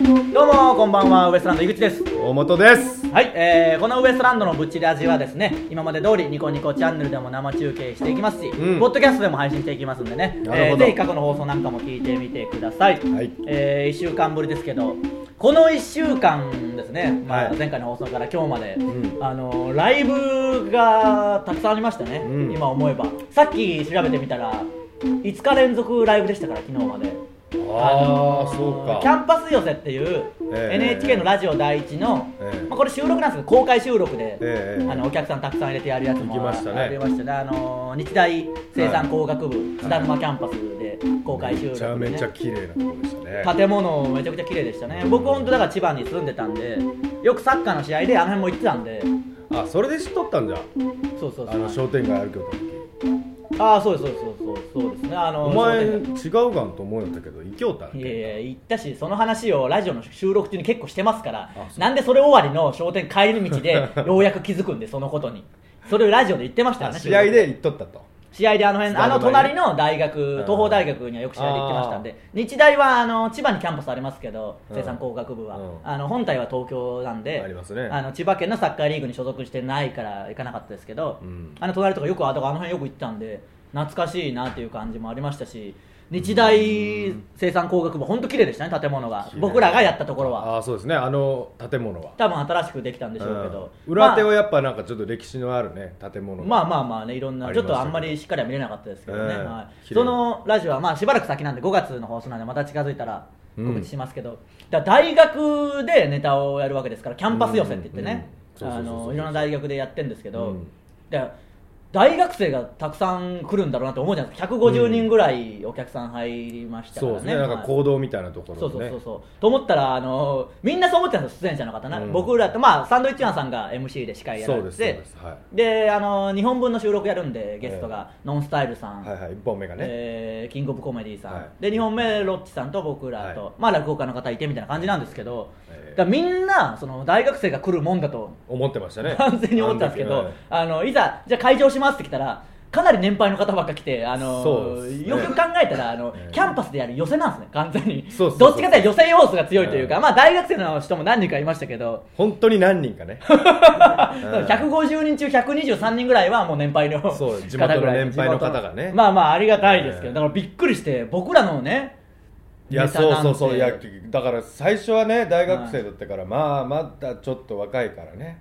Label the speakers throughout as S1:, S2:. S1: こんばんはウエストランド井口です
S2: 大本です
S1: はい、えー、このウエストランドのブチラジはですね今まで通りニコニコチャンネルでも生中継していきますし、
S2: うん
S1: ポッドキャストでも配信していきますんでね、
S2: なる
S1: え
S2: ほ
S1: ー、
S2: ど
S1: ぜひ過去の放送なんかも聞いてみてください、
S2: はい
S1: え1週間ぶりですけどこの1週間ですね、まあ、
S2: はい
S1: 前回の放送から今日まで、
S2: ん
S1: あのーライブがたくさんありましたね、
S2: うん
S1: 今思えばさっき調べてみたら5日連続ライブでしたから昨日まで
S2: あ
S1: の
S2: あ
S1: ー
S2: そうか
S1: キャンパス寄せっていう
S2: ええ
S1: NHK のラジオ第一の、
S2: ええ
S1: まあ、これ収録なんですけど公開収録で、
S2: ええ
S1: あのお客さんたくさん入れてやるやつも
S2: 行きましたね
S1: ありましたねあのー日大生産工学部津田沼キャンパスで公開収
S2: めちゃ
S1: 録で、
S2: め
S1: ね
S2: ちゃ綺麗なとこでしたね
S1: 建物めちゃくちゃ綺麗でしたね僕本当だから千葉に住んでたんでよくサッカーの試合であの辺も行ってたんで
S2: あそれで知っとったんじゃ
S1: そうそうそう
S2: あの商店街歩きよった時
S1: ああそうですそうですそうですそうですねあの
S2: お前
S1: 商
S2: 違
S1: 店街
S2: うかんと思うんだけど行きよったん
S1: い
S2: け
S1: やいや行ったしその話をラジオの収録中に結構してますから
S2: そう
S1: なんでそれ終わりの商店帰り道でようやく気づくんでそのことにそれをラジオで言ってましたよ
S2: あ
S1: ね
S2: 試合で行っとったと
S1: 試合であの辺あの
S2: スタンドバイ
S1: 隣の大
S2: ん
S1: 学東邦大学にはよく試合で行ってましたんで日大はあの千葉にキャンパスありますけど
S2: うん
S1: 生産工学部は、
S2: うん
S1: あの本体は東京なんで
S2: ありますね
S1: あの千葉県のサッカーリーグに所属してないから行かなかったですけど、
S2: うん
S1: あの隣とかよくあだからあの辺よく行ってたんで懐かしいなという感じもありましたし日大生産工学部本当綺麗でしたね建物が僕らがやったところは
S2: ああそうですねあの建物は
S1: 多分新しくできたんでしょうけど、
S2: うん裏手
S1: まあ
S2: はやっぱなんかちょっと歴史のあるね建物が
S1: まあまあまあねいろんな
S2: あ
S1: ち
S2: り
S1: ょっ
S2: ましたけ
S1: と
S2: ど
S1: あんまりしっかりは見れなかったですけどね、
S2: ええ
S1: はい、
S2: 綺麗
S1: そのラジオはまあしばらく先なんで5月の放送なんでまた近づいたら
S2: うん
S1: 告知しますけど、だから大学でネタをやるわけですからキャンパス寄せって言ってね
S2: うんうん
S1: あ
S2: そうそうそうそ
S1: の
S2: う
S1: いろんな大学でやってるんですけど、
S2: うん
S1: だから大学生がたくさん来るんだろうなと思うじゃないですか150人ぐらいお客さん入りましたから
S2: そう
S1: ね
S2: ですねなんか
S1: はい
S2: 行動みたいなところ
S1: そう
S2: で
S1: そう
S2: ね
S1: そうそう、と思ったらあのみんなそう思ってたんですよ出演者の方な、
S2: うん
S1: 僕らとまあサンドウィッチマンさんが MC で司会やられ
S2: そう
S1: て
S2: ですそうですは
S1: であの日本分の収録やるんでゲストが、ノンスタイルさん、
S2: はいはい1本目がね
S1: えーキングオブコメディさん、
S2: はい
S1: で2本目ロッチさんと僕らと、
S2: はい
S1: まあ落語家の方いてみたいな感じなんですけど、
S2: えー
S1: だからみんなその大学生が来るもんだと
S2: 思ってましたね
S1: 完全に思ったんですけ
S2: あの
S1: ど
S2: 時は、
S1: あのいざ、じゃあ会場しますって来たら、かなり年配の方ばっか来て、あ
S2: そ
S1: の
S2: うですね
S1: よく考えたらあの、
S2: ええ
S1: キャンパスでやる寄せなんですね、完全に、
S2: そうそうそう
S1: どっちかというと寄せ要素が強いというか、
S2: ええ
S1: まあ、大学生の人も何人かいましたけど、
S2: 本当に何人か ねうん
S1: 150人中123人ぐらいはもう年配の
S2: そう地
S1: 方
S2: 元
S1: ぐ
S2: の
S1: らい
S2: 年配の方がね
S1: まあまあ、ありがたいですけど、
S2: ええ
S1: だからびっくりして、僕らのね、
S2: いや
S1: ネタなん
S2: そ
S1: て
S2: うそうそういやだから最初はね大学生だったから、まあまだちょっと若いからね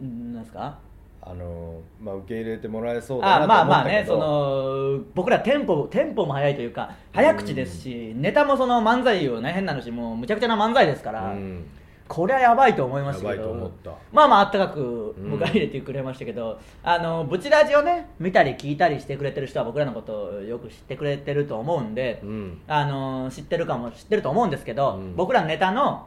S1: んなんですか
S2: あのまあ受け入れてもらえそうだ
S1: あ
S2: な
S1: ま
S2: と
S1: あ
S2: 思っ
S1: ま
S2: た
S1: あ
S2: け
S1: ね
S2: ど
S1: その僕らテンポテンポも速いというか早口ですし、ネタもその漫才をね変な話もうむちゃくちゃな漫才ですから、
S2: うん
S1: これはやばいと思いましたけ
S2: やばいと思
S1: ど
S2: った
S1: まあまああったかく迎え入れてくれましたけど、あのブチラジをね見たり聞いたりしてくれてる人は僕らのことをよく知ってくれてると思うんで、
S2: うん
S1: あの知ってるかも知ってると思うんですけど、
S2: うん
S1: 僕らのネタの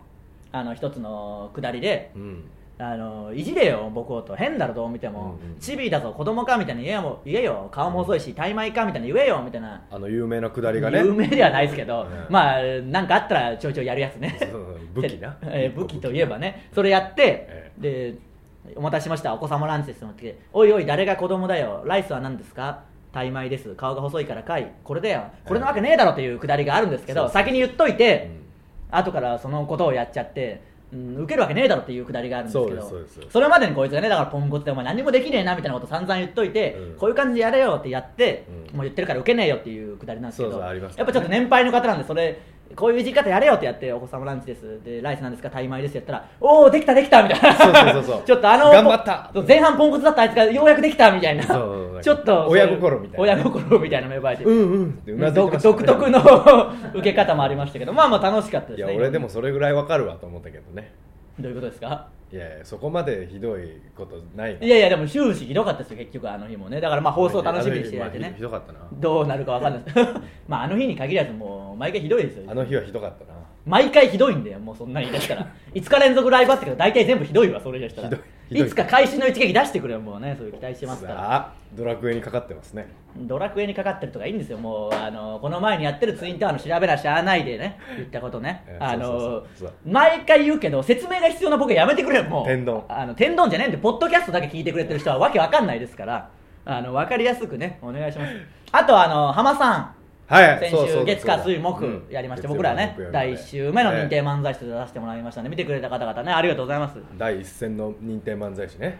S1: あの一つのくだりで
S2: うん
S1: あのいじれよ僕をと変だろどう見ても、
S2: うんうん
S1: チビだぞ子供かみたいに言えよ言えよ顔も細いし大米かみたいに言えよみたいな、
S2: あの有名なくだりがね
S1: 有名ではないですけど、
S2: うん
S1: まあなんかあったらちょいちょいやるやつね
S2: そうそう武器な
S1: えー武器といえばねそれやって、
S2: え
S1: でお待たせしましたお子様ランチですのって来ておいおい誰が子供だよライスは何ですか大米です顔が細いからかいこれだよこれなわけねえだろというくだりがあるんですけど、
S2: そうそう
S1: 先に言っというて、
S2: ん
S1: 後からそのことをやっちゃって、うん、受けるわけねえだろっていうくだりがあるんですけど
S2: そうですそうです
S1: れまでにこいつがねだからポンコツでお前何もできねえなみたいなこと散々言っといて、
S2: うん
S1: こういう感じでやれよってやって、
S2: うん
S1: もう言ってるから受けねえよっていうくだりなんですけど
S2: そうそうありますね
S1: やっぱちょっと年配の方なんでそれこういういじり方やれよってやってお子様ランチですでライスなんですか大米ですやったらおおできたできたみたいな
S2: そうそうそうそう
S1: ちょっとあの
S2: 頑張った
S1: そう前半ポンコツだったあいつがようやくできたみたいな
S2: そうそうそう
S1: ちょっと
S2: 親心みたいな
S1: 親心みたいな芽生えて
S2: うんうんってうなずいて
S1: 独
S2: ました
S1: 独
S2: ね
S1: 特 の受け方もありましたけどまあまあ楽しかったです
S2: いや
S1: ね
S2: 俺でもそれぐらいわかるわと思ったけどね
S1: どういうことですか
S2: いやいやそこまでひどいことないわ
S1: いやいやでも終始ひどかったですよ結局あの日もねだからまあ放送楽しみにしていただいて
S2: まあひ
S1: ね
S2: ひどかったな
S1: どうなるかわかんない ですまああの日に限らずもう毎回ひどいですよ
S2: あの日はひどかったな
S1: 毎回ひどいんだよもうそんなに出した ら5日連続ライブあったけど大体全部ひどいわそれでしたら
S2: ひどいひどい
S1: つか開始の一撃出してくれよもうねそういう期待してますから
S2: さあドラクエにかかってますね
S1: ドラクエにかかってるとかいいんですよ、もうあのこの前にやってるツインタワーの調べなしゃあないでね、言ったことね
S2: え、え
S1: あ
S2: そう
S1: の
S2: そうそうそ
S1: 毎回言うけど、説明が必要な僕はやめてくれよ、もう、
S2: 天丼
S1: あの天丼じゃねえんで、ポッドキャストだけ聞いてくれてる人はわけわかんないですから、あの分かりやすくね、お願いします。あと、あの浜さん、
S2: はい
S1: 先
S2: そうそ
S1: 週
S2: うだ
S1: 月火
S2: そう
S1: 水
S2: だ
S1: 木やりまして、
S2: うん
S1: 僕らね
S2: 月曜日木曜日
S1: 第1週目の認定漫才師と出させてもらいましたんで見てくれた方々ねありがとうございます
S2: 第一線の認定漫才師ね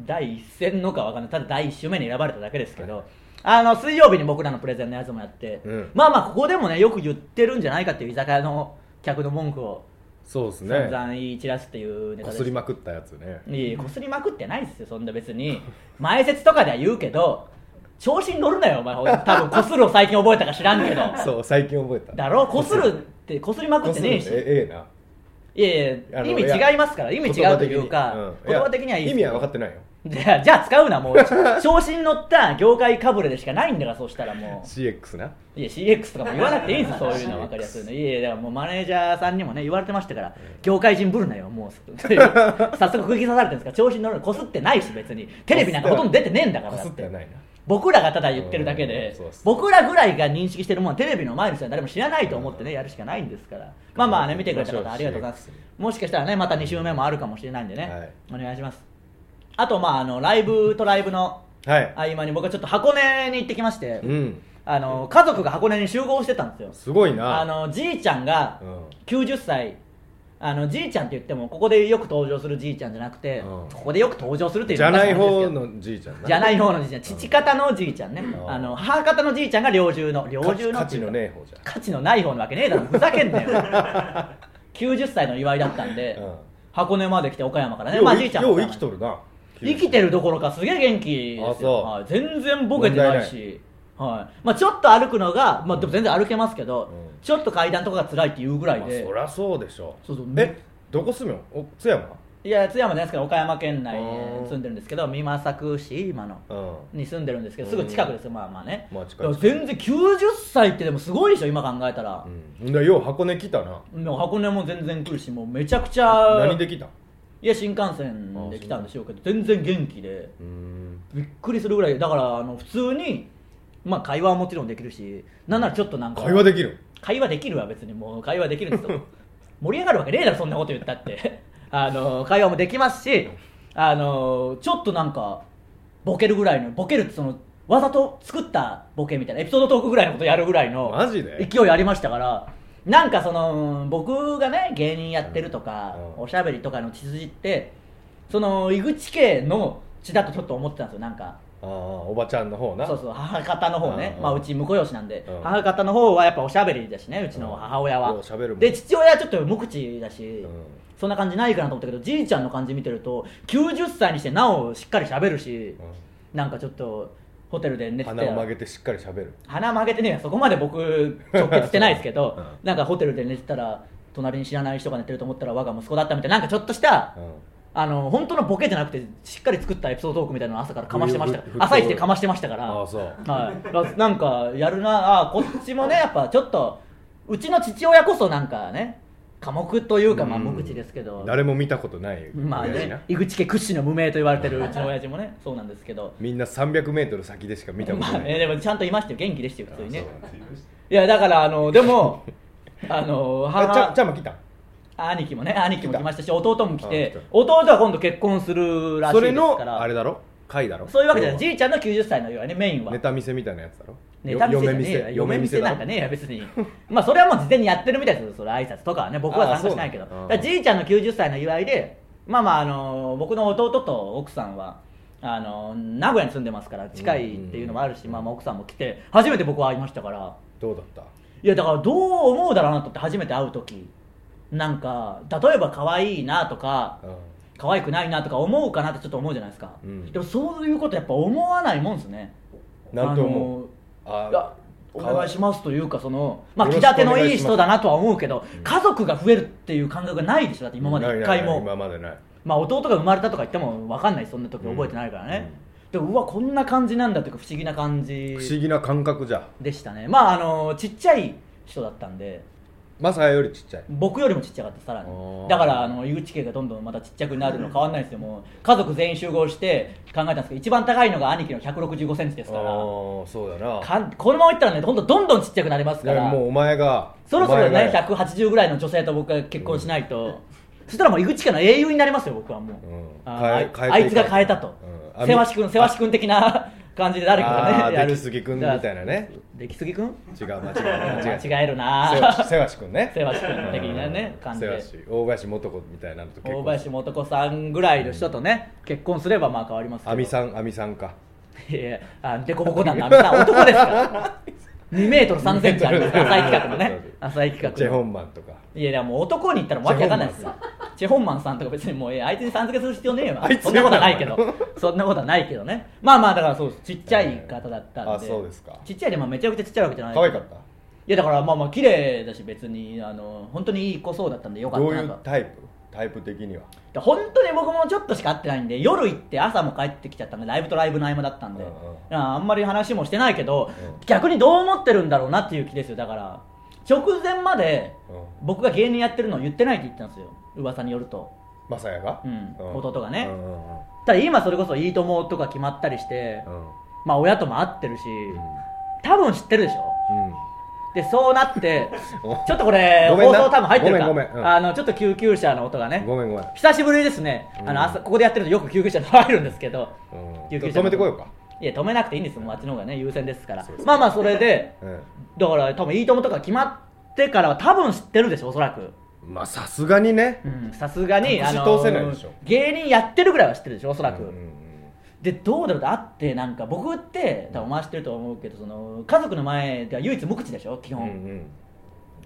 S1: 第一戦のかわかんないただ第1週目に選ばれただけですけど、あの水曜日に僕らのプレゼンのやつもやって、
S2: うん
S1: まあまあここでもねよく言ってるんじゃないかっていう居酒屋の客の文句を
S2: そうです
S1: 散
S2: ね
S1: 々言い散らすっていうネタ
S2: こ
S1: です
S2: りまくったやつね
S1: いやいやこすりまくってないですよそんな別に前説とかでは言うけど調子に乗るなよお前多分こするを最近覚えたか知らんけど
S2: そう最近覚えた
S1: だろこするってこすりまく
S2: こ
S1: っ
S2: す
S1: て
S2: るの
S1: ねえ
S2: え
S1: し
S2: ええない
S1: やいや
S2: あの
S1: 意味違いますから意味違うというか言葉的に,、
S2: うん
S1: はいい
S2: や意味は分かってないよ
S1: じゃあじゃあ使うなもう調子に乗った業界かぶれでしかないんだからそうしたらも
S2: CX な
S1: ういや CX とかも言わなくていいんですよそういうの分かりやすいのいやいやだからもうマネージャーさんにもね言われてましたから業界人ぶるなよもう早速釘刺されてるんですから調子に乗るのこすってないし別にテレビなんかほとんど出てねえんだから
S2: こ
S1: だ
S2: す
S1: っ
S2: って
S1: て
S2: はないな
S1: 僕らがただ言ってるだけで
S2: うんそうそう
S1: 僕らぐらいが認識してるもんテレビの前の人は誰も知らないと思ってねやるしかないんですからまあまあね見てくれた方ありがとうございますもしかしたらねまた2週目もあるかもしれないんでね、お願いしますあとまああのライブとライブの
S2: はい
S1: 合間に僕はちょっと箱根に行ってきまして、
S2: うん
S1: あの家族が箱根に集合してたんですよ
S2: すごいな
S1: あのじいちゃんが
S2: うん
S1: 90歳あのじいちゃんって言ってもここでよく登場するじいちゃんじゃなくて、
S2: うん
S1: ここでよく登場するっていう
S2: じ
S1: の
S2: ゃ
S1: はおか
S2: な
S1: し
S2: い
S1: 話ですけ
S2: 方
S1: ど
S2: のじいちゃん
S1: じゃないい方のじいちゃん父方のじいちゃんね、
S2: うん
S1: あの母方のじいちゃんが猟銃の猟銃の
S2: 価値のねえ方じゃん
S1: 価値のない方なわけねえだろふざけんなよ 90歳の祝いだったんで、
S2: うん
S1: 箱根まで来て岡山からね
S2: よう
S1: まあじいちゃん
S2: よ
S1: も
S2: う生きとるな
S1: 生きてるどころかすげえ元気
S2: あ
S1: です
S2: そう
S1: よ、はい全然ボケてないしはいまあ、ちょっと歩くのが、まあ、でも全然歩けますけど、
S2: うん
S1: ちょっと階段とかが辛いっていうぐらい
S2: まあ
S1: で、
S2: そりゃそうでしょ
S1: そうそう
S2: えどこ住むのお津山
S1: いや津山じゃないですけど岡山県内
S2: うん
S1: に住んでるんですけど美作市今の
S2: うん
S1: に住んでるんですけどすぐ近くですよまあまあね、
S2: まあ近
S1: だ
S2: い
S1: から全然90歳ってでもすごいでしょ今考えたら、
S2: うんでよう箱根来たな
S1: もう箱根も全然来るしもうめちゃくちゃ
S2: 何で来た
S1: いや新幹線で来たんでしょうけど全然元気で
S2: うん
S1: びっくりするぐらいだからあの普通にまあ会話はもちろんできるしなんならちょっとなんか
S2: 会話できる
S1: 会話できるわ別にもう会話できるんですよ盛り上がるわけねえだろそんなこと言ったって あの会話もできますしあのちょっとなんかボケるぐらいのボケるってそのわざと作ったボケみたいなエピソードトークぐらいのことやるぐらいの
S2: マジで
S1: 勢いありましたからなんかその僕がね芸人やってるとか、
S2: うん
S1: おしゃべりとかの血筋ってその井口家の血だとちょっと思ってたんですよなんか
S2: ああおばちゃんの方な
S1: そうそう母方の方ね、
S2: うん
S1: まあ、うち婿養子なんで、
S2: うん
S1: 母方の方はやっぱおしゃべりだしねうちの母親は、
S2: うんよう喋るもん
S1: で父親はちょっと無口だし、
S2: うん
S1: そんな感じないかなと思ったけどじいちゃんの感じ見てると90歳にしてなおしっかりしゃべるし、なんかちょっとホテルで寝てて
S2: 鼻を曲げてしっかり喋る
S1: 鼻曲げてねえよそこまで僕直結してないですけど、
S2: うん
S1: なんかホテルで寝てたら隣に知らない人が寝てると思ったら我が息子だったみたいななんかちょっとした、
S2: う
S1: あの本当のボケじゃなくてしっかり作ったエピソードトークみたいなの朝からかましてました
S2: ふふふ
S1: 朝一でかましてましたから
S2: ああそう
S1: はいだ、なんかやるなあこっちもねやっぱちょっとうちの父親こそなんかね寡黙というか、まあ、
S2: うん
S1: 無口ですけど、
S2: ん誰も見たことない
S1: まあ
S2: 親父な
S1: ね井口家屈指の無名と言われて るうちの親父もねそうなんですけど
S2: みんな 300m 先でしか見たこと
S1: まあ
S2: ない
S1: ね、でもちゃんといましたよ元気でしたよ普通にね
S2: あそう
S1: いやだからあので もあの
S2: あちゃ
S1: 母
S2: ちゃま来た
S1: 兄貴もね兄貴も来ましたし弟も来
S2: あ
S1: て
S2: 来た
S1: 弟は今度結婚するらしい
S2: そ
S1: で
S2: れ
S1: すか
S2: のあれ
S1: ら
S2: だろ会だろ
S1: そういうわけじゃない
S2: 要
S1: じいちゃんの90歳のようねメインは
S2: はネタ見せみたいなやつだろ
S1: ネタ見せじゃねえよ嫁見せなんかねえや別にまあそれはもう事前にやってるみたいですよそれ挨拶とかはね僕は参加しないけど
S2: あそうな
S1: だ
S2: ん
S1: からじいちゃんの90歳の祝いでまあまああの僕の弟と奥さんはあの名古屋に住んでますから近いっていうのもあるし、
S2: うん
S1: まあ、まあ奥さんも来て初めて僕は会いましたから
S2: どうだった
S1: いやだからどう思うだろうなと思って初めて会う時なんか例えば可愛いなとか
S2: う
S1: 可愛くないなとか思うかなってちょっと思うじゃないですか、
S2: うん
S1: でもそういうことやっぱ思わないもんですね
S2: んなんと思う
S1: いやお願いし
S2: す
S1: ますというかその、まあ、
S2: よろ
S1: 気
S2: しくお
S1: 立て
S2: 願いします
S1: のいい人だなとは思うけど
S2: うん
S1: 家族が増えるっていう感覚がないでしょだって今まで一回も
S2: 今までない
S1: まあ、弟が生まれたとか言っても分かんないそんな時覚えてないからね、でもうわこんな感じなんだというか不思議な感じ
S2: 不思議な感覚じゃ
S1: でしたねまああのちっちゃい人だったんで
S2: マサヤよりちっちゃい
S1: 僕よりもちっちゃかったさら
S2: あ
S1: に
S2: ー
S1: だからあの井口家がどんどんまたちっちゃくなるの変わんないですよもう家族全員集合して考えたんですけど一番高いのが兄貴の1 6 5ンチです
S2: ああ
S1: から
S2: ーそうだな
S1: かんこのままいったらねどんどんどんどんちっちゃくなりますか
S2: だから
S1: ら
S2: もうお前が
S1: そろそろ
S2: お前
S1: ね
S2: が
S1: 180ぐらいの女性と僕が結婚しないと、そしたらもう井口家の英雄になりますよ僕はもう、
S2: うん
S1: あ
S2: 変え
S1: あい
S2: 変えていかない
S1: あいつが変えたと
S2: うんあみ
S1: せわし君せわし君的な感じで誰か
S2: あ
S1: が
S2: ー
S1: ねやる
S2: 出来すぎくんみたいなね
S1: 出来すぎくん
S2: 違う間違え
S1: 間
S2: 間違え
S1: 違える
S2: せわし
S1: な
S2: せわし君ね
S1: せわし君の的なね
S2: うん
S1: 感じ
S2: せ
S1: で
S2: わし大林素子みたいなのと結
S1: 大
S2: 構
S1: 林素子さんぐらいの人とね結婚すればまあ変わりますけど
S2: 亜美さん亜美さんか
S1: いやいやあのデコボコなんだあのさ男です から2メートル3センチあるんです浅い企画のね浅い企
S2: ジェ
S1: 画
S2: ホ
S1: の
S2: ンマンとか
S1: いやいやもう男に言ったらもうわけわかんないですよチェ・ホンマンさんとか別にもういやあいつにさん付けする必要ねえわ
S2: あいつ
S1: そんなことはないけ
S2: やだ
S1: ど
S2: な
S1: そんなことはないけどねまあまあだからそうですちっちゃい方だったんで、
S2: あそうですか
S1: ちっちゃいでもめちゃくちゃちっちゃいわけじゃない
S2: 可愛かった
S1: いやだからまあまあ綺麗だし別にあの本当にいい子そうだったんでよかっ
S2: ど
S1: た
S2: うい
S1: な
S2: う
S1: と
S2: タイプタイプ的には
S1: で本当に僕もちょっとしか会ってないんで夜行って朝も帰ってきちゃったんでライブとライブの合間だったんで、
S2: うんうん
S1: ああんまり話もしてないけど、
S2: うん
S1: 逆にどう思ってるんだろうなっていう気ですよだから直前まで
S2: う
S1: 僕が芸人やってるのを言ってないって言ってたんですよ噂によると
S2: まさやが
S1: うん弟がね
S2: うんうんうん
S1: ただ今それこそ「いいとも!」とか決まったりして、
S2: うん
S1: まあ親とも会ってるし、
S2: う
S1: 多分知ってるでしょ
S2: んうん
S1: でそうなって
S2: お
S1: ちょっとこれ
S2: ご
S1: 放
S2: めんな
S1: 送多分入ってるから
S2: ごめんごめんうん
S1: あのちょっと救急車の音がね
S2: ごめんごめん
S1: 久しぶりですね、あ
S2: う
S1: の
S2: ん
S1: 朝ここでやってるとよく救急車が入るんですけど、
S2: うん
S1: 救急車
S2: 止めてこようか
S1: いや止めなくていいんですよ、もうあっちの方がね優先ですから
S2: そうそう
S1: まあまあそれで
S2: う
S1: だから多分いいともとか決まってからは多分知ってるでしょおそらく
S2: んまあさすがにね
S1: うんさすがに
S2: 隠し
S1: あの
S2: 通せないでしょ
S1: 芸人やってるぐらいは知ってるでしょおそ
S2: お
S1: らく、でどうだろうとあってなんか僕って多分回してると思うけどその家族の前では唯一無口でしょ基
S2: うんう
S1: 本、
S2: ん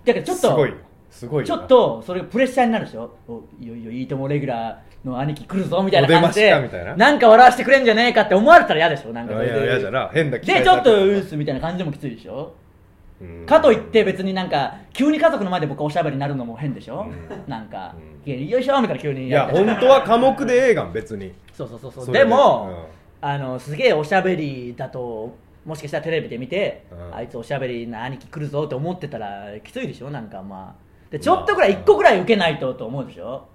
S1: だけどちょっ
S2: す
S1: と
S2: ごいすごい
S1: ち
S2: よ
S1: ょ
S2: な
S1: っとそれがプレッシャーになるでしょおいよいよいいともレギュラーの兄貴来るぞみたいな感じ
S2: お出
S1: で
S2: ましたみたいなん
S1: か笑わせてくれんじゃねえかって思われたら嫌でしょなんかそ
S2: あ
S1: れ
S2: い
S1: で
S2: やいやじゃな変な期
S1: で
S2: 待
S1: ちょっと
S2: さ
S1: う
S2: れ
S1: ー
S2: て
S1: すみたいな感じでもきついでしょ
S2: るうん
S1: かといって別になんか急に家族の前で僕おしゃべりになるのも変でしょ
S2: うん
S1: なんか
S2: う
S1: よいしょみたいな急に
S2: いや
S1: って
S2: 本当は寡黙でええがん別に
S1: そうそうそうそう
S2: それ
S1: で
S2: で
S1: もあのすげえおしゃべりだともしかしたらテレビで見て
S2: うん
S1: あいつおしゃべりな兄貴来るぞって思ってたらきついでしょなんかまあでちょっとぐらい一個ぐらい受けないとと思うでしょ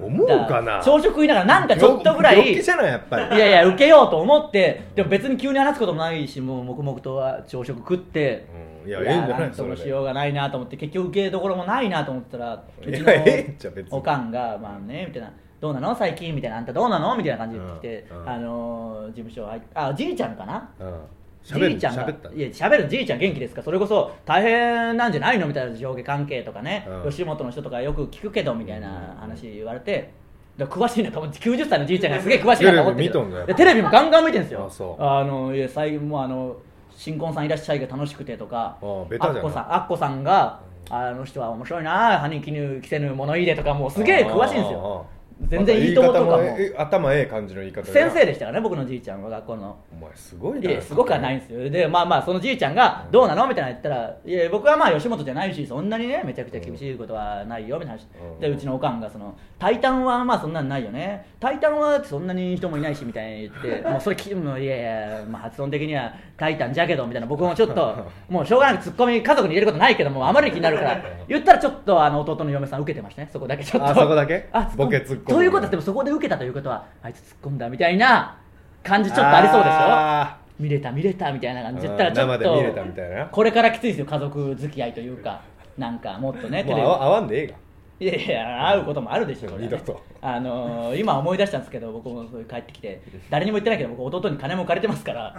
S2: 思うか
S1: だら
S2: な
S1: 朝食食いながらなんかちょっとぐら
S2: 病
S1: い
S2: 気じゃないやっぱり
S1: いやいや受けようと思ってでも別に急に話すこともないしもう黙々とは朝食食って、
S2: うんいやええんじゃない
S1: んとも
S2: それで
S1: しようがないなと思って結局受けどころもないなと思ってたら
S2: いや
S1: うち
S2: ええっちゃ別に
S1: のおかんが「まあね」みたいな「どうなの最近」みたいな「あんたどうなの?」みたいな感じで言ってきて、
S2: うんうん
S1: あのー事務所入っあじいちゃんかな
S2: うん
S1: じ
S2: 喋
S1: い
S2: る
S1: ちゃんが
S2: 喋った
S1: いや喋るじいちゃん元気ですかそれこそ大変なんじゃないのみたいな上下関係とかね、
S2: うん
S1: 吉本の人とかよく聞くけどみたいな話言われて、だから詳しいなと思って90歳のじいちゃんがすげえ詳しいなと思ってる
S2: テレビ見とんのやっぱ
S1: でテレビもガンガン見てるんですよ
S2: あそう
S1: のいや最近もうあの新婚さんいらっしゃいが楽しくてとか
S2: あベタじゃない
S1: っこさんあっこさんがあの人は面白いな歯に衣着せぬ物言いでとかもうすげえ詳しいんです
S2: あああ
S1: よ
S2: あ
S1: 全然いいともとかも
S2: また言い方ええ頭ええ感じの言い方や
S1: 先
S2: な
S1: 生でしたからね僕のじいちゃんは学校の
S2: お前すごい
S1: い
S2: な
S1: やすごくはないんですよでまあまあそのじいちゃんが
S2: うん
S1: どうなのみたいなの言ったらいや僕はまあ吉本じゃないしそんなにねめちゃくちゃ厳しいことはないよみたいな話
S2: うん
S1: でうちのおかんがその「タイタンはまあそんなんないよねタイタンはそんなに人もいないし」みたいに言 って「もうそれきもういやいや、まあ、発音的にはタイタンじゃけど」みたいな僕もちょっともうしょうがなくツッコミ家族に入れることないけどもうあまりに気になるから言ったらちょっとあの弟の嫁さん受けてましたねそこだけちょっと
S2: あそこだけ
S1: あ
S2: ボケツッコミ
S1: ということはでもそこで受けたということはあいつ突っ込んだみたいな感じちょっとありそうでしょ
S2: あ
S1: 見れた見れたみたいな感じで言
S2: ー
S1: ったらちょ
S2: 生
S1: っ
S2: で見れ
S1: と
S2: たみたいな
S1: これからきついですよ家族付き合いというかなんかもっとね
S2: もう合わ合わんでええが
S1: いやいや会うこともあるでしょそれはね
S2: 二度と
S1: あのー今思い出したんですけど僕もそういう帰ってきて誰にも言ってないけど僕弟に金も借りてますから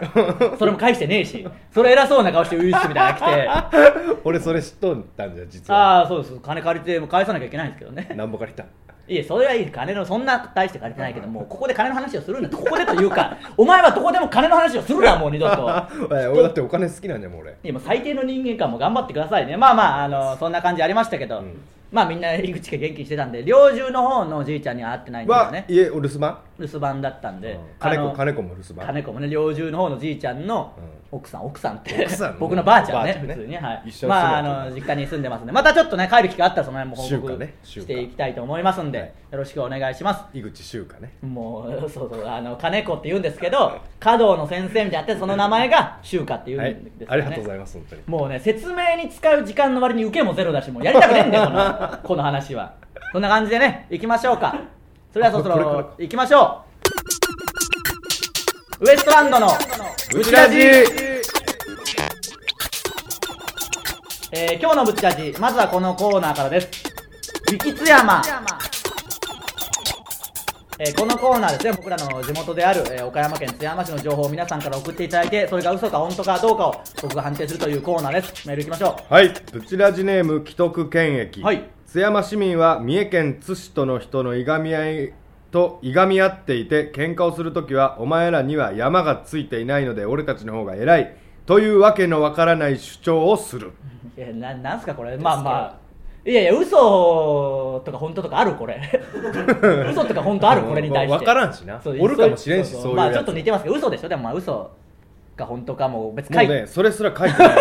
S1: それも返してねえしそれ偉そうな顔してウイルスみたいなの来 て
S2: 俺それ知っとったんじゃ実は
S1: ああそうです金借りても返さなきゃいけないんですけどね
S2: なんぼ借りた
S1: いやそれはいい金のそんな大して借りてないけどもうここで金の話をするんだここでというかお前はどこでも金の話をするなもう二度 と
S2: え俺だってお金好きなんじゃんもう俺
S1: いやもう最低の人間かも頑張ってくださいねまあまああのそんな感じありましたけど、
S2: うん
S1: まあみんな入り口が元気にしてたんで猟銃の方のおじいちゃんには会ってないんですよ
S2: は
S1: ね
S2: 家お留守番
S1: 留守番だったんで、
S2: うん金
S1: あ
S2: 子
S1: の
S2: 金子も留守番
S1: 金子もね猟銃の方のじいちゃんの
S2: う
S1: 奥さん、奥さんって
S2: 奥さん
S1: 僕のばあちゃんね
S2: ばあちゃんね
S1: 普通にはい
S2: 一緒に住んで
S1: まああの実家に住んでますんでまたちょっとね帰る機会あったらその辺も報
S2: 週
S1: 告
S2: 間ね週間
S1: していきたいと思いますんで、
S2: はい
S1: よろしくお願いします
S2: 井口修香ね
S1: もう そうそうあの金子って言うんですけど華道の先生みたいになってその名前が秀華って言う
S2: はい
S1: んですよね、
S2: ありがとうございます本当に
S1: もうね説明に使う時間の割に受けもゼロだしもうやりたくねえんだよこ のこの話はこんな感じでね行きましょうかそれではそろそ
S2: こ れこれ
S1: ろ行きましょうウエストランドの、
S2: ブチラジ
S1: えー今日のぶっちゃじまずはこのコーナーからです力津山えーこのコーナーですね僕らの地元である、えー岡山県津山市の情報を皆さんから送っていただいてそれが嘘か本当かどうかを僕が判定するというコーナーですメールいきましょ
S2: はいブチラジネーム既得権益、
S1: はい
S2: 津山市民は三重県津市との人のいがみ合いといがみ合っていて喧嘩をするときはお前らには山がついていないので俺たちの方が偉いというわけのわからない主張をする
S1: ういやななんすかこれまあまあいやいや嘘とか本当とかある これ嘘とか本当あるこれに対して
S2: わからんしな
S1: そう
S2: おるかもしれんし
S1: う
S2: そういう
S1: ま
S2: や
S1: あ
S2: つ
S1: ちょっと似てますけど嘘でしょでもまあ嘘か本当かも別に書
S2: もう
S1: いて
S2: ねそれすら書いて ない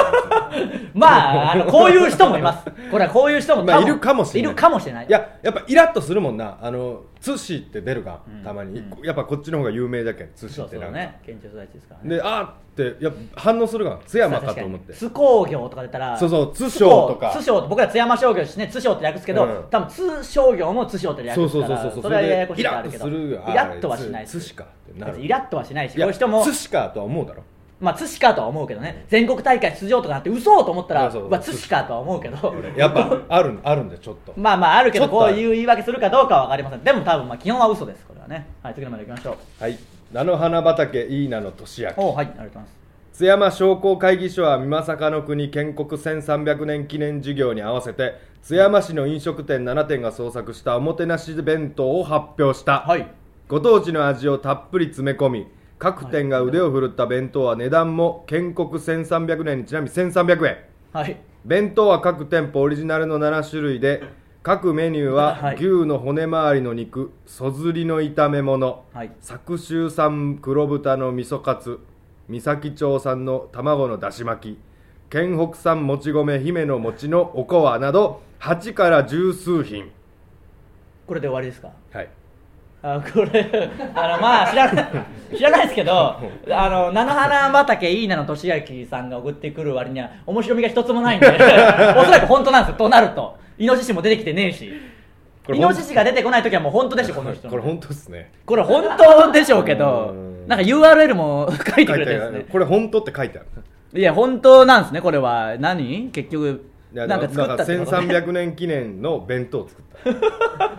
S1: まあ、 あの、こういう人もいます。これはこういう人も多分、
S2: まあいるかもしれない
S1: るかもしれない
S2: いややっぱイラッとするもんなあの津市って出るが
S1: うん
S2: たまに、
S1: う
S2: やっぱこっちの方が有名だけん津市
S1: そ
S2: っ
S1: う
S2: て
S1: そう
S2: なんか
S1: ね。県庁所在地ですからね。
S2: であーってやっぱ反応するがん津山かと思って
S1: 津工業とか出たら、
S2: そうそう津
S1: 津工
S2: 商とか
S1: 津商僕ら津山商業ですね、津商って略すけど、
S2: うん
S1: 多分津商業も津商って略
S2: そう
S1: す
S2: そう
S1: か
S2: そう
S1: ら、
S2: そうそう
S1: れはややこしいからあるけど、
S2: イラッとするよあー
S1: イラッとはしないです。
S2: つつしかってなる
S1: 別にイラッとはしないし、
S2: い
S1: こういう人も
S2: 津、市かとは思うだろ
S1: まあ津しかとは思うけどね、全国大会出場とかなって嘘と思った
S2: い
S1: ら、
S2: やそうそう
S1: まあ津しかとは思うけど、
S2: やっぱあるあるんでちょっと
S1: まあまああるけど
S2: ちょっと
S1: こ
S2: あ
S1: う
S2: る
S1: いう言い訳するかどうかは分かりませんでも多分まあ基本は嘘ですこれはねはい次のまで行きましょう
S2: はい菜の花畑いいなの年明け
S1: おうはいありがとうございます
S2: 津山商工会議所は美作の国建国1300年記念事業に合わせて津山市の飲食店7店が創作したおもてなし弁当を発表した、
S1: はい
S2: ご当地の味をたっぷり詰め込み各店が腕を振るった弁当は値段も建国1300年にちなみに1300円
S1: はい
S2: 弁当は各店舗オリジナルの7種類で各メニュー
S1: は
S2: はい牛の骨周りの肉そずりの炒め物
S1: はい
S2: 佐久州産黒豚の味噌カツ三崎町産の卵のだし巻き県北産もち米姫の餅のおこわなど8から十数品
S1: これで終わりですか
S2: はい
S1: あこれあのまあ知らない知らないですけどあの菜の花畑いいなのとしあきさんが送ってくる割には面白みが一つもないん でおそらく本当なんですよとなるとイノシシも出てきてねえし
S2: これ
S1: イ
S2: ほん
S1: ノシシが出てこない時はもう本当でしょこの人
S2: これ本当ですね
S1: これ本当でしょうけど
S2: うん
S1: なんか URL も 書いて
S2: 書
S1: く
S2: い
S1: れ
S2: て
S1: てる
S2: あ
S1: んです
S2: る
S1: ね
S2: これ本当って書いてある
S1: いや本当なんですねこれは何結局
S2: いや
S1: なんか作ったってこと、ね、
S2: 1300年記念の弁当を作った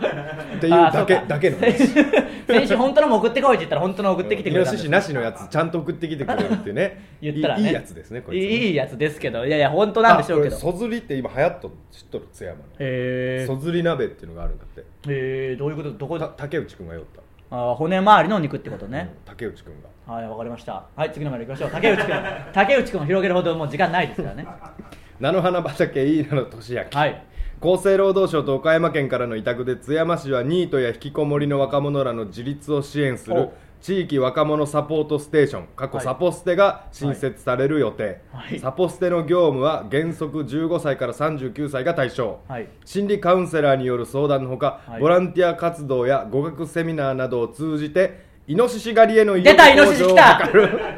S2: っていうだけ
S1: あそうか
S2: だけの話
S1: 先週本当のも送ってこいって言ったら本当の送ってきてくれたん
S2: イノ
S1: で
S2: シ
S1: す
S2: シなしのやつちゃんと送ってきてくれるっていうね
S1: 言ったらね
S2: いいいいやつですねこ
S1: い
S2: いつね
S1: いいいやつですけどいやいや本当なんでしょうけど
S2: あこれそずりって今流行っとる知っとる津山
S1: へ
S2: のそずり鍋っていうのがあるんだって
S1: えー、どういうことどこ
S2: た
S1: あ
S2: 竹内くんが酔った
S1: ー骨周りの肉ってことね、
S2: うん竹内くんが
S1: はいわかりましたはい次のメールいきましょう竹内くん 竹内くんを広げるほどもう時間ないですからね
S2: 菜の花畑いいなの年明け、
S1: はい
S2: 厚生労働省と岡山県からの委託で津山市はニートや引きこもりの若者らの自立を支援する
S1: お
S2: 地域若者サポートステーション過去
S1: はい
S2: サポステが新設される予定、
S1: はい
S2: サポステの業務は原則15歳から39歳が対象、
S1: はい
S2: 心理カウンセラーによる相談のほか、
S1: はい
S2: ボランティア活動や語学セミナーなどを通じてイノシシ狩りへの意
S1: 出たイノシシ来た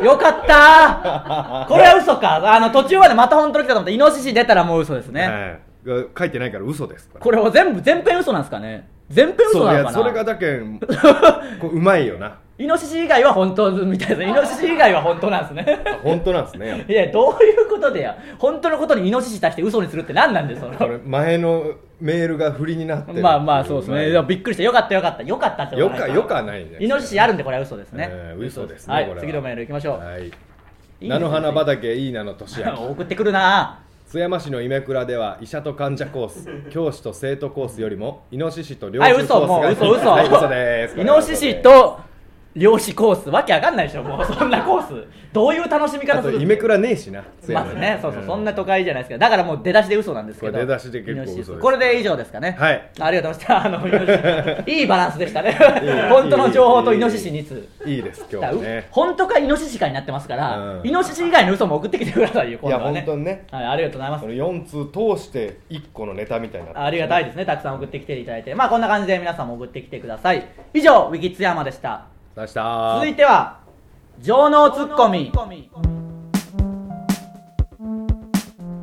S1: よかったーこれは嘘かあの途中までまた本当に来たと思ったイノシシ出たらもう嘘ですね、
S2: ね、はい書いてないから嘘ですから
S1: これを全部全編嘘なんですかね全編嘘
S2: そうい
S1: なの
S2: や
S1: か
S2: それ
S1: な
S2: がだ けんこううまいよな
S1: イノシシ以外は本当みたいですねイノシシ以外は本当なんですね
S2: 本当なんですねやっぱ
S1: いやどういうことでや本当のことにイノシシ足して嘘にするって何なんでその
S2: これ前のメールが振りになってる
S1: まあまあそうですね
S2: ん
S1: でもびっくりしたよかったよかったよかったってことは
S2: よか
S1: ない
S2: よかはないね
S1: イノシシあるんでこれは嘘ですね、
S2: えー嘘ですね
S1: は
S2: これ
S1: い
S2: は
S1: 次のメールいきましょう、
S2: はい
S1: いいですね
S2: 菜の花畑いいなの年明け
S1: 送ってくるな
S2: 津山市のイメクラでは医者と患者コー ス教師と生徒コースよりもイノシシと猟
S1: はい
S2: 師コ
S1: 嘘もう
S2: ースが
S1: 嘘嘘、
S2: はい嘘ですこ
S1: イ
S2: れは
S1: ノ
S2: 嘘で
S1: シ
S2: す
S1: シと漁師コースわけわかんないでしょもうそんなコースどういう楽しみ
S2: あ
S1: 方す
S2: と
S1: る
S2: イメクラねえしな津
S1: ま
S2: 山
S1: ず
S2: に
S1: ね、そうそう、
S2: う
S1: そんな都会じゃないですけど、だからもう出だしで嘘なんですけど。
S2: これ出だしで結構嘘です
S1: イノシシこれで以上ですかね。
S2: はい。
S1: ありがとうございました。あの、イノシ シいいバランスでしたね。本当の情報とイノシシにつ。
S2: いいです今
S1: だ
S2: 日
S1: から
S2: ね
S1: 本当かイノシシかになってますから、
S2: うん
S1: イノシシ以外の嘘も送ってきてくださいよ、
S2: い
S1: 今
S2: や
S1: 度は
S2: 本
S1: ね。
S2: 当にね
S1: はい、ありがとうございます
S2: この。4通通して1個のネタみたいになって
S1: ありがたいですね、たくさん送ってきていただいて。まあこんな感じで皆さんも送ってきてください。以上、ウィキツヤマでした。
S2: 出した
S1: 続いては、情能ツッコミ。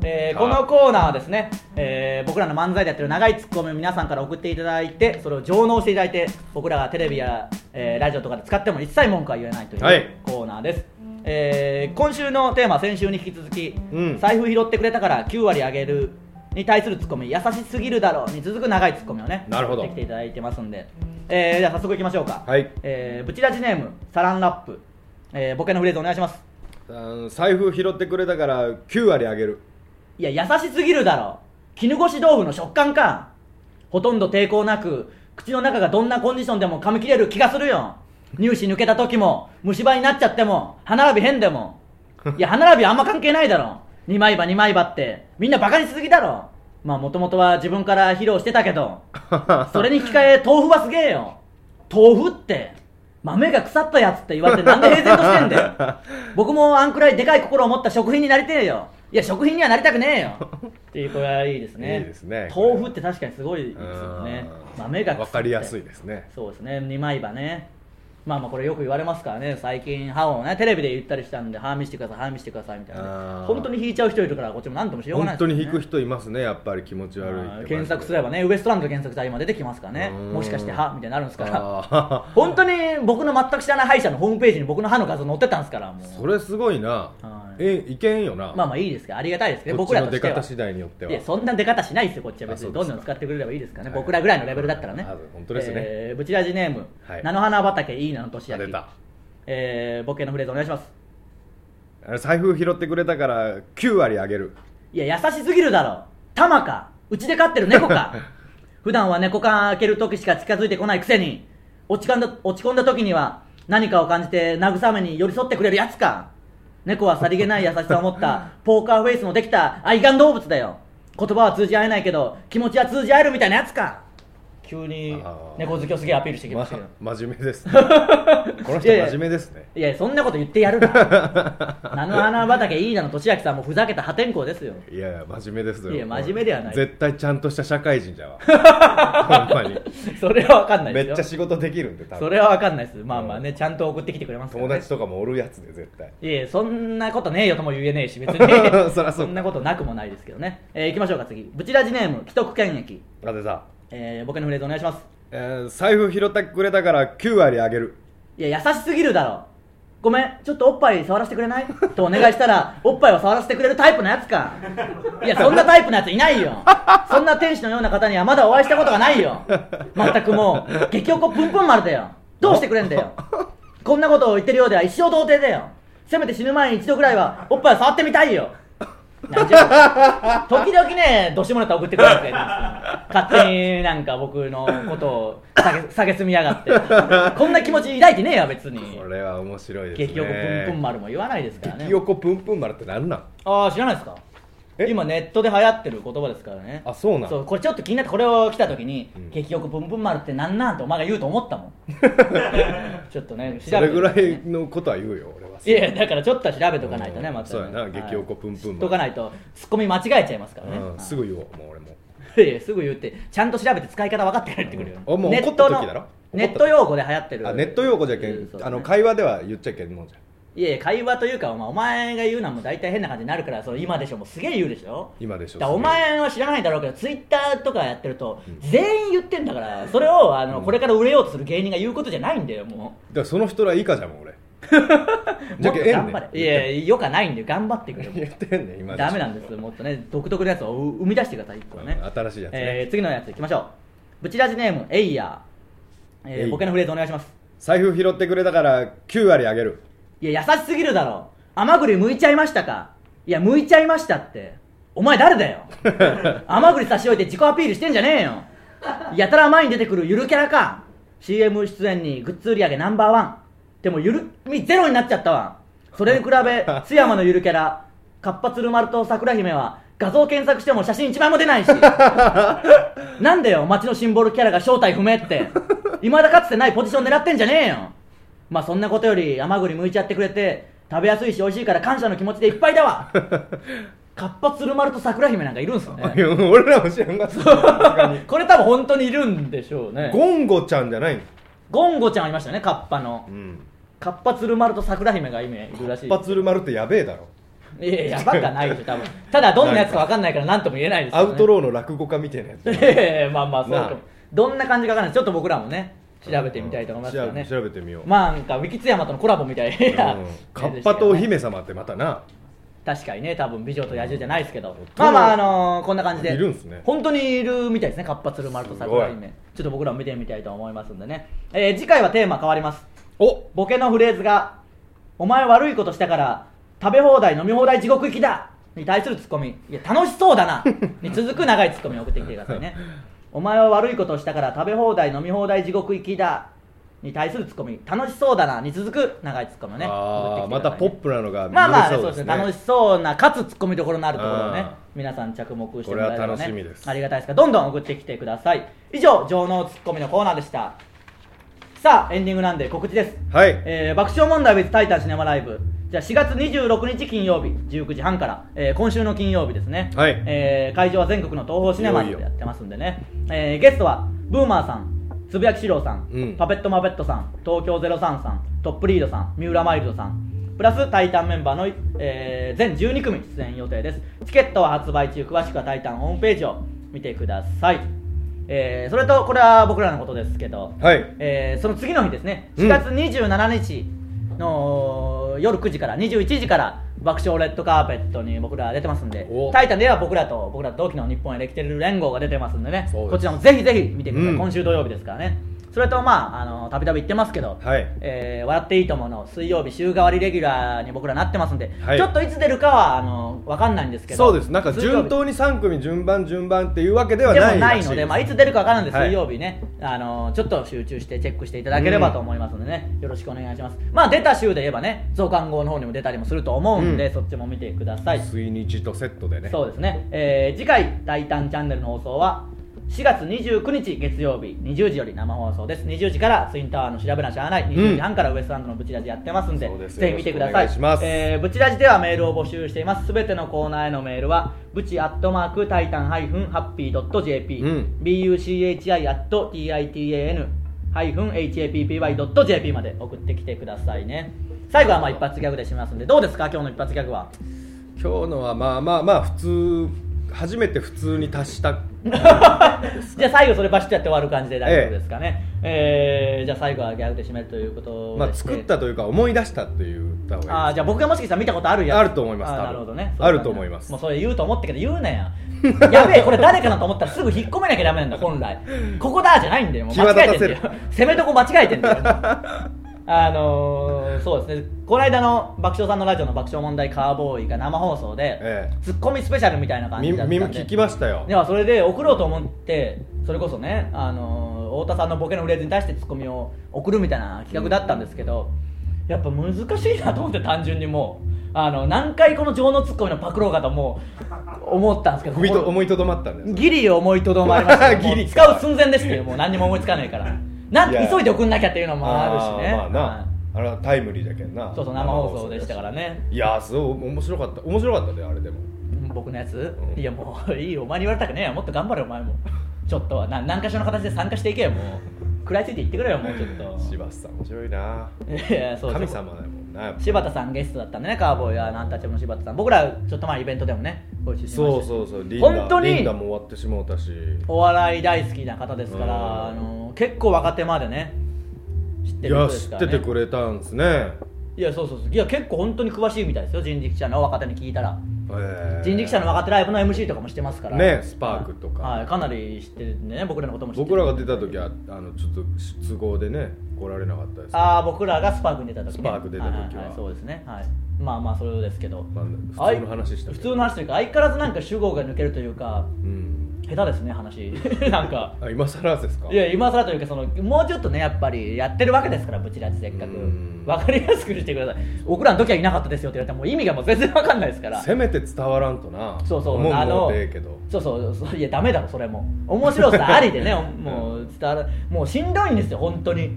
S1: えーこのコーナーはですね、えー僕らの漫才でやってる長いツッコミを皆さんから送っていただいてそれを上納していただいて僕らがテレビや、えーラジオとかで使っても一切文句は言えないとい
S2: は
S1: う
S2: い
S1: コーナーです、えー今週のテーマは先週に引き続き、
S2: うん
S1: 財布拾ってくれたから9割あげるに対するツッコミ優しすぎるだろうに続く長いツッコミをね
S2: なるほど
S1: 送ってきていただいてますんでえー、じゃあ早速いきましょうか、
S2: はい
S1: えー、ブチラジネームサランラップ、えー、ボケのフレーズお願いします
S2: あの財布拾ってくれたから9割あげる
S1: いや優しすぎるだろ絹ごし豆腐の食感かほとんど抵抗なく口の中がどんなコンディションでも噛み切れる気がするよ乳歯抜けた時も虫歯になっちゃっても歯並び変でもいや歯並びあんま関係ないだろ二枚歯二枚歯ってみんなバカにしすぎだろまあもともとは自分から披露してたけど それに引き換え豆腐はすげえよ豆腐って豆が腐ったやつって言われてなんで平然としてん だよ僕もあんくらいでかい心を持った食品になりてえよいや食品にはなりたくねえよっていうこれはいいですね
S2: いいですねこれ
S1: 豆腐って確かにす ごいですよね
S2: うん
S1: 豆が腐って
S2: わかりやすいですね
S1: そうですね二枚歯ねまあまあこれよく言われますからね最近歯をねテレビで言ったりしたんで歯見してください歯見してくださいみたいな
S2: あ
S1: ね
S2: ー
S1: 本当に引いちゃう人いるからこっちも何ともしようがな
S2: 本
S1: い
S2: 当
S1: です
S2: に
S1: ね
S2: 引く人いますねやっぱり気持ち悪いって
S1: あ
S2: 感
S1: ー
S2: じ
S1: 検索すればねウエストランド検索したら今出てきますからね
S2: うん
S1: もしかして歯みたいになるんですから
S2: あ ー
S1: 本当に僕の全く知らない歯医者のホームページに僕の歯の画像載ってたんですからもう
S2: それすごいな
S1: はい
S2: えいけんよな
S1: まあまあいいですけどありがたいですけど
S2: こっ
S1: 僕
S2: ち
S1: ら
S2: の
S1: とし
S2: 出
S1: ては
S2: 方次第によってはい
S1: やそんな出方しないですよこっちは別に
S2: あそうです
S1: ど
S2: か
S1: んどん使ってくれればいいですからね
S2: はい
S1: 僕らぐらいのレベルだったらね
S2: あ本当ですね
S1: えーブチラジネーム、
S2: はい
S1: 菜の花畑いいなの年
S2: あ
S1: 明
S2: 出た
S1: えーボケのフレーズお願いします
S2: 財布拾ってくれたから9割あげる
S1: いや優しすぎるだろ玉かうちで飼ってる猫 か普段は猫缶開ける時しか近づいてこないくせに落ち込んだ落ち込んだ時には何かを感じて慰めに寄り添ってくれるやつか猫はさりげない優しさを持った ポーカーフェイスのできた愛玩動物だよ言葉は通じ合えないけど気持ちは通じ合えるみたいなやつか急に猫好きをすげえアピールしてきましたけど、
S2: ま真面目 ですねこの人
S1: いやいや
S2: 真面目ですね
S1: いやそんなこと言ってやるな 菜の花畑いいなの俊明さんもふざけた破天荒ですよ
S2: いやいや真面目ですよ
S1: いや真面目ではない
S2: 絶対ちゃんとした社会人 じゃわほんまに
S1: それは分かんないで
S2: め
S1: す
S2: っ
S1: よ
S2: ちゃ仕事できるんで多
S1: そ
S2: 分
S1: れは分かんないですまあまあねちゃんと送ってきてくれますから、
S2: 友
S1: ね、
S2: 達とかもおるやつで絶対
S1: いえそんなことねえよとも言えねえし別
S2: そら
S1: に
S2: そうか
S1: んなことなくもないですけどね、えー、行きましょうか次ブチラジネーム既得権益、
S2: だってさ、
S1: えー、僕のフレーズお願いします
S2: えー財布拾ってくれたから9割あげる
S1: いや優しすぎるだろごめんちょっとおっぱい触らせてくれないとお願いした らおっぱいを触らせてくれるタイプのやつかいやそんなタイプのやついないよそんな天使のような方にはまだお会いしたことがないよ全くもう激おこぷんぷん丸だよどうしてくれんだよこんなことを言ってるようでは一生童貞だよせめて死ぬ前に一度ぐらいはおっぱいを触ってみたいよなんじゃ これ時々ねどうしてもらったら送ってくるやつがいるんですよ勝手になんか僕のことを下げ下げすみやがってこんな気持ち抱いてねえよ別に
S2: これは面白いですね
S1: 激おこぷんぷん丸も言わないですからね
S2: 激おこぷんぷん丸ってなんなん
S1: ああ知らないですか
S2: え
S1: 今ネットで流行ってる言葉ですからね
S2: あそうなん
S1: そうこれちょっと気になってこれを来た時に
S2: うん
S1: 「激おこぷんぷん丸ってなんなん?」ってお前が言うと思った もんちょっとね
S2: それぐら
S1: てみてね
S2: いのことは言うよ俺はい
S1: やいやだからちょっとは調べとかないとね
S2: うん
S1: またね
S2: そうやな
S1: はい
S2: 激おこぷんぷん
S1: 知
S2: 丸
S1: っとかないとツッコミ間違えちゃいますからね
S2: う
S1: は
S2: ん
S1: い
S2: すぐ言おうもう俺も
S1: いやいやすぐ言ってちゃんと調べて使い方分かってから言ってくるよ、
S2: うんあもう
S1: ネ
S2: 怒
S1: ッ
S2: った
S1: ト
S2: 時
S1: の
S2: だろ怒った時
S1: ネット用語で流行ってる
S2: あネット用語じゃけん、
S1: うんそう
S2: あの
S1: ね
S2: 会話では言っちゃいけんもんじゃん
S1: いやいや会話というか、まあ、お前が言うのはもう大体変な感じになるからその今でしょもうすげえ言うでしょ
S2: 今でしょ
S1: だからお前は知らないだろうけどツイッターとかやってると、
S2: うん
S1: 全員言ってんだからそれをあの、
S2: うん
S1: これから売れようとする芸人が言うことじゃないんだよも
S2: だからその人ら以下じゃんも う俺
S1: う
S2: じゃ
S1: も
S2: け
S1: っと
S2: んええん
S1: 頑
S2: ね
S1: 張れいやいやよかないんで頑張ってくれ
S2: 言ってんねん今でしょ
S1: ダメなんですもっとね独特のやつを生み出してください一個ね
S2: うん新しいやつね
S1: えー次のやついきましょうブチラジネームエイヤー、え
S2: エイ
S1: ー、
S2: ヤー
S1: ボケのフレーズお願いします
S2: 財布拾ってくれたから9割あげる
S1: いや優しすぎるだろ甘栗剥いちゃいましたかいや剥いちゃいましたってお前誰だよ甘栗差し置いて自己アピールしてんじゃねえよやたら前に出てくるゆるキャラか CM 出演にグッズ売り上げナンバーワンでもゆるみゼロになっちゃったわそれに比べ津山のゆるキャラかっぱ鶴丸と桜姫は画像検索しても写真一枚も出ないしなんでよ街のシンボルキャラが正体不明っていまだかつてないポジション狙ってんじゃねえよまあそんなことより甘栗剥いちゃってくれて食べやすいし美味しいから感謝の気持ちでいっぱいだ わかっぱ鶴丸と桜姫なんかいるんすよ
S2: い
S1: ね
S2: や 俺らも知ら んがった
S1: これ多分本当にいるんでしょうね
S2: ゴンゴちゃんじゃないの
S1: ゴンゴちゃんはいましたよねカッパの
S2: うん
S1: カッパ鶴丸と桜姫が今いるらしい
S2: 一発る丸ってやべえだろ
S1: いやいややばくはないでしょ多分ただどんなやつか分かんないから何とも言えないです
S2: アウト
S1: ロ
S2: ローの落語家みたいなやつ
S1: ー いやいやまあまあそう
S2: な
S1: か
S2: あ
S1: もどんな感じか分かんないちょっと僕らもね調べてみたいと思いますから
S2: う
S1: ね
S2: ん調べ調べてみよう
S1: まあなんかウィキツヤマとのコラボみたいな、
S2: うんカッパとお姫様ってまたな
S1: 確かにね多分美女と野獣じゃないですけど
S2: ん
S1: まあまああのーこんな感じで
S2: いるんすね
S1: 本当にいるみたいですね活発る丸と桜姫ちょっと僕らも見てみたいと思いますんでね、えー次回はテーマ変わります
S2: お
S1: ボケのフレーズが「お前悪いことしたから食べ放題飲み放題地獄行きだ!」に対するツッコミ「いや楽しそう だな」に続く長いツッコミを送ってきてくださいね「お前は悪いことをしたから食べ放題飲み放題地獄行きだ!」に対するツッコミ「楽しそうだな」に続く長いツッコミをね
S2: あー
S1: 送っ
S2: ま
S1: てきてくださいね
S2: たポップなのが見
S1: まあまあ
S2: れ
S1: ねそうう
S2: そで
S1: ですす
S2: ね
S1: ね楽しそうなかつツッコミどころのあるところを
S2: う
S1: ね
S2: ん
S1: 皆さん着目してもらえれば
S2: これは楽しみ
S1: ね
S2: です
S1: ありがたいですからどんどん送ってきてください以上情能ツッコミのコーナーでしたさあエンディングなんで告知です
S2: はい
S1: えー爆笑問題別タイタンシネマライブじゃあ4月26日金曜日19時半から、えー今週の金曜日ですね、
S2: はい
S1: えー会場は全国の東宝シネマ
S2: い
S1: で
S2: よいよ
S1: やってますんでねえーゲストはブーマーさんつぶやきしろうさん、
S2: うん
S1: パペットマペットさん東京03さんトップリードさん三浦マイルドさんプラスタイタンメンバーの、えー全12組出演予定ですチケットは発売中詳しくはタイタンホームページを見てください、えーそれとこれは僕らのことですけど、
S2: はい
S1: えーその次の日ですね
S2: う
S1: 4
S2: ん
S1: 月27日の夜9時から21時から爆笑レッドカーペットに僕ら出てますんで
S2: お
S1: 「タイタン」では僕らと僕らと同期の日本エレキテル連合が出てますんでね
S2: そうです
S1: こちらもぜひぜひ見てください、
S2: うん
S1: 今週土曜日ですからねそれとまああのたびたび言ってますけど「
S2: はい
S1: えー笑っていいと思う」の水曜日週替わりレギュラーに僕らなってますんで、
S2: はい
S1: ちょっといつ出るかはあの分かんないんですけど
S2: そうですなんか順当に3組順番順番っていうわけでは
S1: でも
S2: ない
S1: ない
S2: らし
S1: の
S2: い
S1: で、
S2: です
S1: まあ、いつ出るかわからないんで、
S2: はい
S1: 水曜日ね、あのーちょっと集中してチェックしていただければと思いますのでね、よろしくお願いします、まあ、出た週で言えばね増刊号の方にも出たりもすると思うんで、
S2: うん
S1: そっちも見てください、
S2: 水日とセットでね
S1: そうですね、えー次回「タイタンチャンネル」の放送は4月29日月曜日20時より生放送です20時からツインタワーの調べなしゃあない20時半からウエストランドのブチラジやってますんで,、
S2: そうです
S1: ぜひ見てくだ
S2: よ
S1: さい
S2: ろしくお願いします
S1: えーブチラジではメールを募集していますすべてのコーナーへのメールはブチアットマークタイタンハイフンハッピードット JP、
S2: うん
S1: BUCHI アット TITAN ハイフン HAPPY.jp まで送ってきてくださいね最後はまあ一発ギャグで締めますんでどうですか今日の一発ギャグは
S2: 今日のはまあまあまあ普通初めて普通に達した
S1: じゃあ最後それバシッとやって終わる感じで大丈夫ですかね、えーじゃあ最後はギャグで締めるということ
S2: まあ
S1: でして
S2: 作ったというか思い出したというた方
S1: あー
S2: がいい
S1: じ
S2: で
S1: ゃあ僕がもしかしたら見たことあるやつ
S2: あると思いま
S1: あ
S2: す
S1: ー
S2: 多分
S1: なるほどね
S2: あると思います
S1: もうそれ言うと思ったけど言うなややべえこれ誰かなと思ったらすぐ引っ込めなきゃダメなんだ本来ここだじゃないんだよもう間違えてんだ
S2: 際立
S1: よ攻めとこ間違えてんだよ あのーそうですねこの間の爆笑さんのラジオの爆笑問題カーボーイが生放送で、
S2: ええ
S1: ツッコミスペシャルみたいな感じだったんで
S2: みみ聞きましたよ
S1: ではそれで送ろうと思ってそれこそね、あのー太田さんのボケのフレーズに対してツッコミを送るみたいな企画だったんですけど、やっぱ難しいなと思って単純にもうあの何回この情のツッコミのパクろうかともう思ったんですけど
S2: すか踏みと思いとどまったんです
S1: ギリ思いとどまりま したけど
S2: ギリ
S1: もう使う寸前でしたよもう何にも思いつかないからなん
S2: いや
S1: 急いで送んなきゃっていうのもあるしね
S2: まあ
S1: はい
S2: なあれはタイムリーだけどな
S1: そうそう生放送でしたからね
S2: いやーすごい面白かった面白かったであれでも
S1: 僕のやつ、
S2: うん
S1: いやもう いいよお前に言われたくねえよもっと頑張れお前もちょっとはな何かしらの形で参加していけよもう食らいついていってくれよもうちょっと
S2: 柴田さん面白いな い
S1: やそう
S2: 神様だもんな
S1: 柴田さんゲストだったんでねカーボーイは何たちも柴田さん僕らちょっと前イベントでもねご一緒しました
S2: そうそうそうリンダ
S1: 本当に
S2: リンダも終わってしもうたし
S1: お笑い大好きな方ですから、
S2: うん
S1: あの結構若手までね知って
S2: い
S1: る
S2: や
S1: 人です
S2: 知
S1: か
S2: っ
S1: ら、
S2: て
S1: ね、
S2: てくれたんですね
S1: いやそうそうそういや結構本当に詳しいみたいですよ人力車の若手に聞いたら
S2: えー
S1: 人力車の若手ライブの MC とかもしてますから
S2: ねスパークとか
S1: はい、かなり知ってるんでね僕らのことも知ってる
S2: 僕らが出た時はあのちょっと都合でね来られなかったですけど
S1: ああ僕らがスパークに出た時、ね、
S2: スパーク出た時はい
S1: いいそうですねはいまあまあそれですけど、
S2: まあ
S1: あい
S2: 普通の話したけ
S1: 普
S2: ど
S1: 通の話というか相変わらずなんか主語が抜けるというか
S2: うん
S1: 下手ですね話 なんか
S2: あ今更ですか
S1: いや今更というかそのもうちょっとねやっぱりやってるわけですからブチラチせっかく
S2: うん
S1: 分かりやすくしてください僕らの時はいなかったですよって言われたらもう意味がもう全然分かんないですから
S2: せめて伝わらんとな
S1: そうそう
S2: 思う
S1: あ
S2: も
S1: の
S2: んでええけど
S1: そうそうそういやダメだろそれも面白さあり でねおもう伝わらもうしんどいんですよ本当に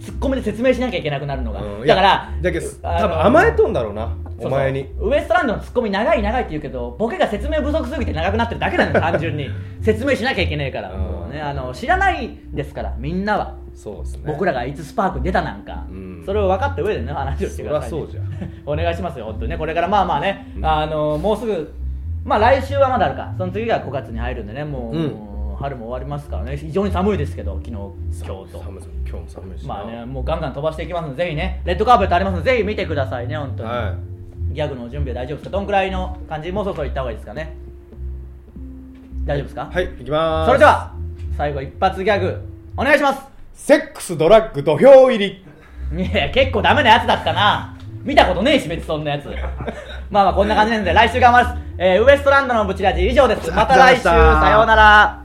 S1: ツッコミで説明しなきゃいけなくなるのが、
S2: うんい
S1: だ
S2: や
S1: から
S2: だけど
S1: あの
S2: 多分甘えとんだろうな
S1: そうそう
S2: お前に
S1: ウエストランドのツッコミ長い長いって言うけどボケが説明不足すぎて長くなってるだけなんだよ単純に説明しなきゃいけないから
S2: うん
S1: もうねあの知らないですからみんなは
S2: そうですね
S1: 僕らがいつスパークに出たなんか、
S2: うん
S1: それを分かった上でね話をしてください、ね、
S2: そりゃそうじゃん
S1: お願いしますよ本当にねこれからまあまあね、
S2: うん
S1: あのもうすぐまあ来週はまだあるかその次が5月に入るんでねもう、
S2: う
S1: 春も終わりますからね非常に寒いですけど昨日今日
S2: 寒
S1: と
S2: 寒い今日も寒いしな
S1: まあねもうガンガン飛ばしていきますのでぜひねレッドカーペットありますのでぜひ見てくださいね本当に、
S2: は
S1: ギャグの準備は大丈夫ですかどんくらいの感じもうそろそろ行った方がいいですかね大丈夫ですか、
S2: はい行きまーす
S1: それでは最後一発ギャグお願いします
S2: セックスドラッグ土俵入り
S1: いや結構ダメなやつだったな見たことねえし別にそんなやつまあまあこんな感じなんで来週頑張ります、えーウエストランドのブチラジ以上ですまた来週
S2: ありがとうございました
S1: さようなら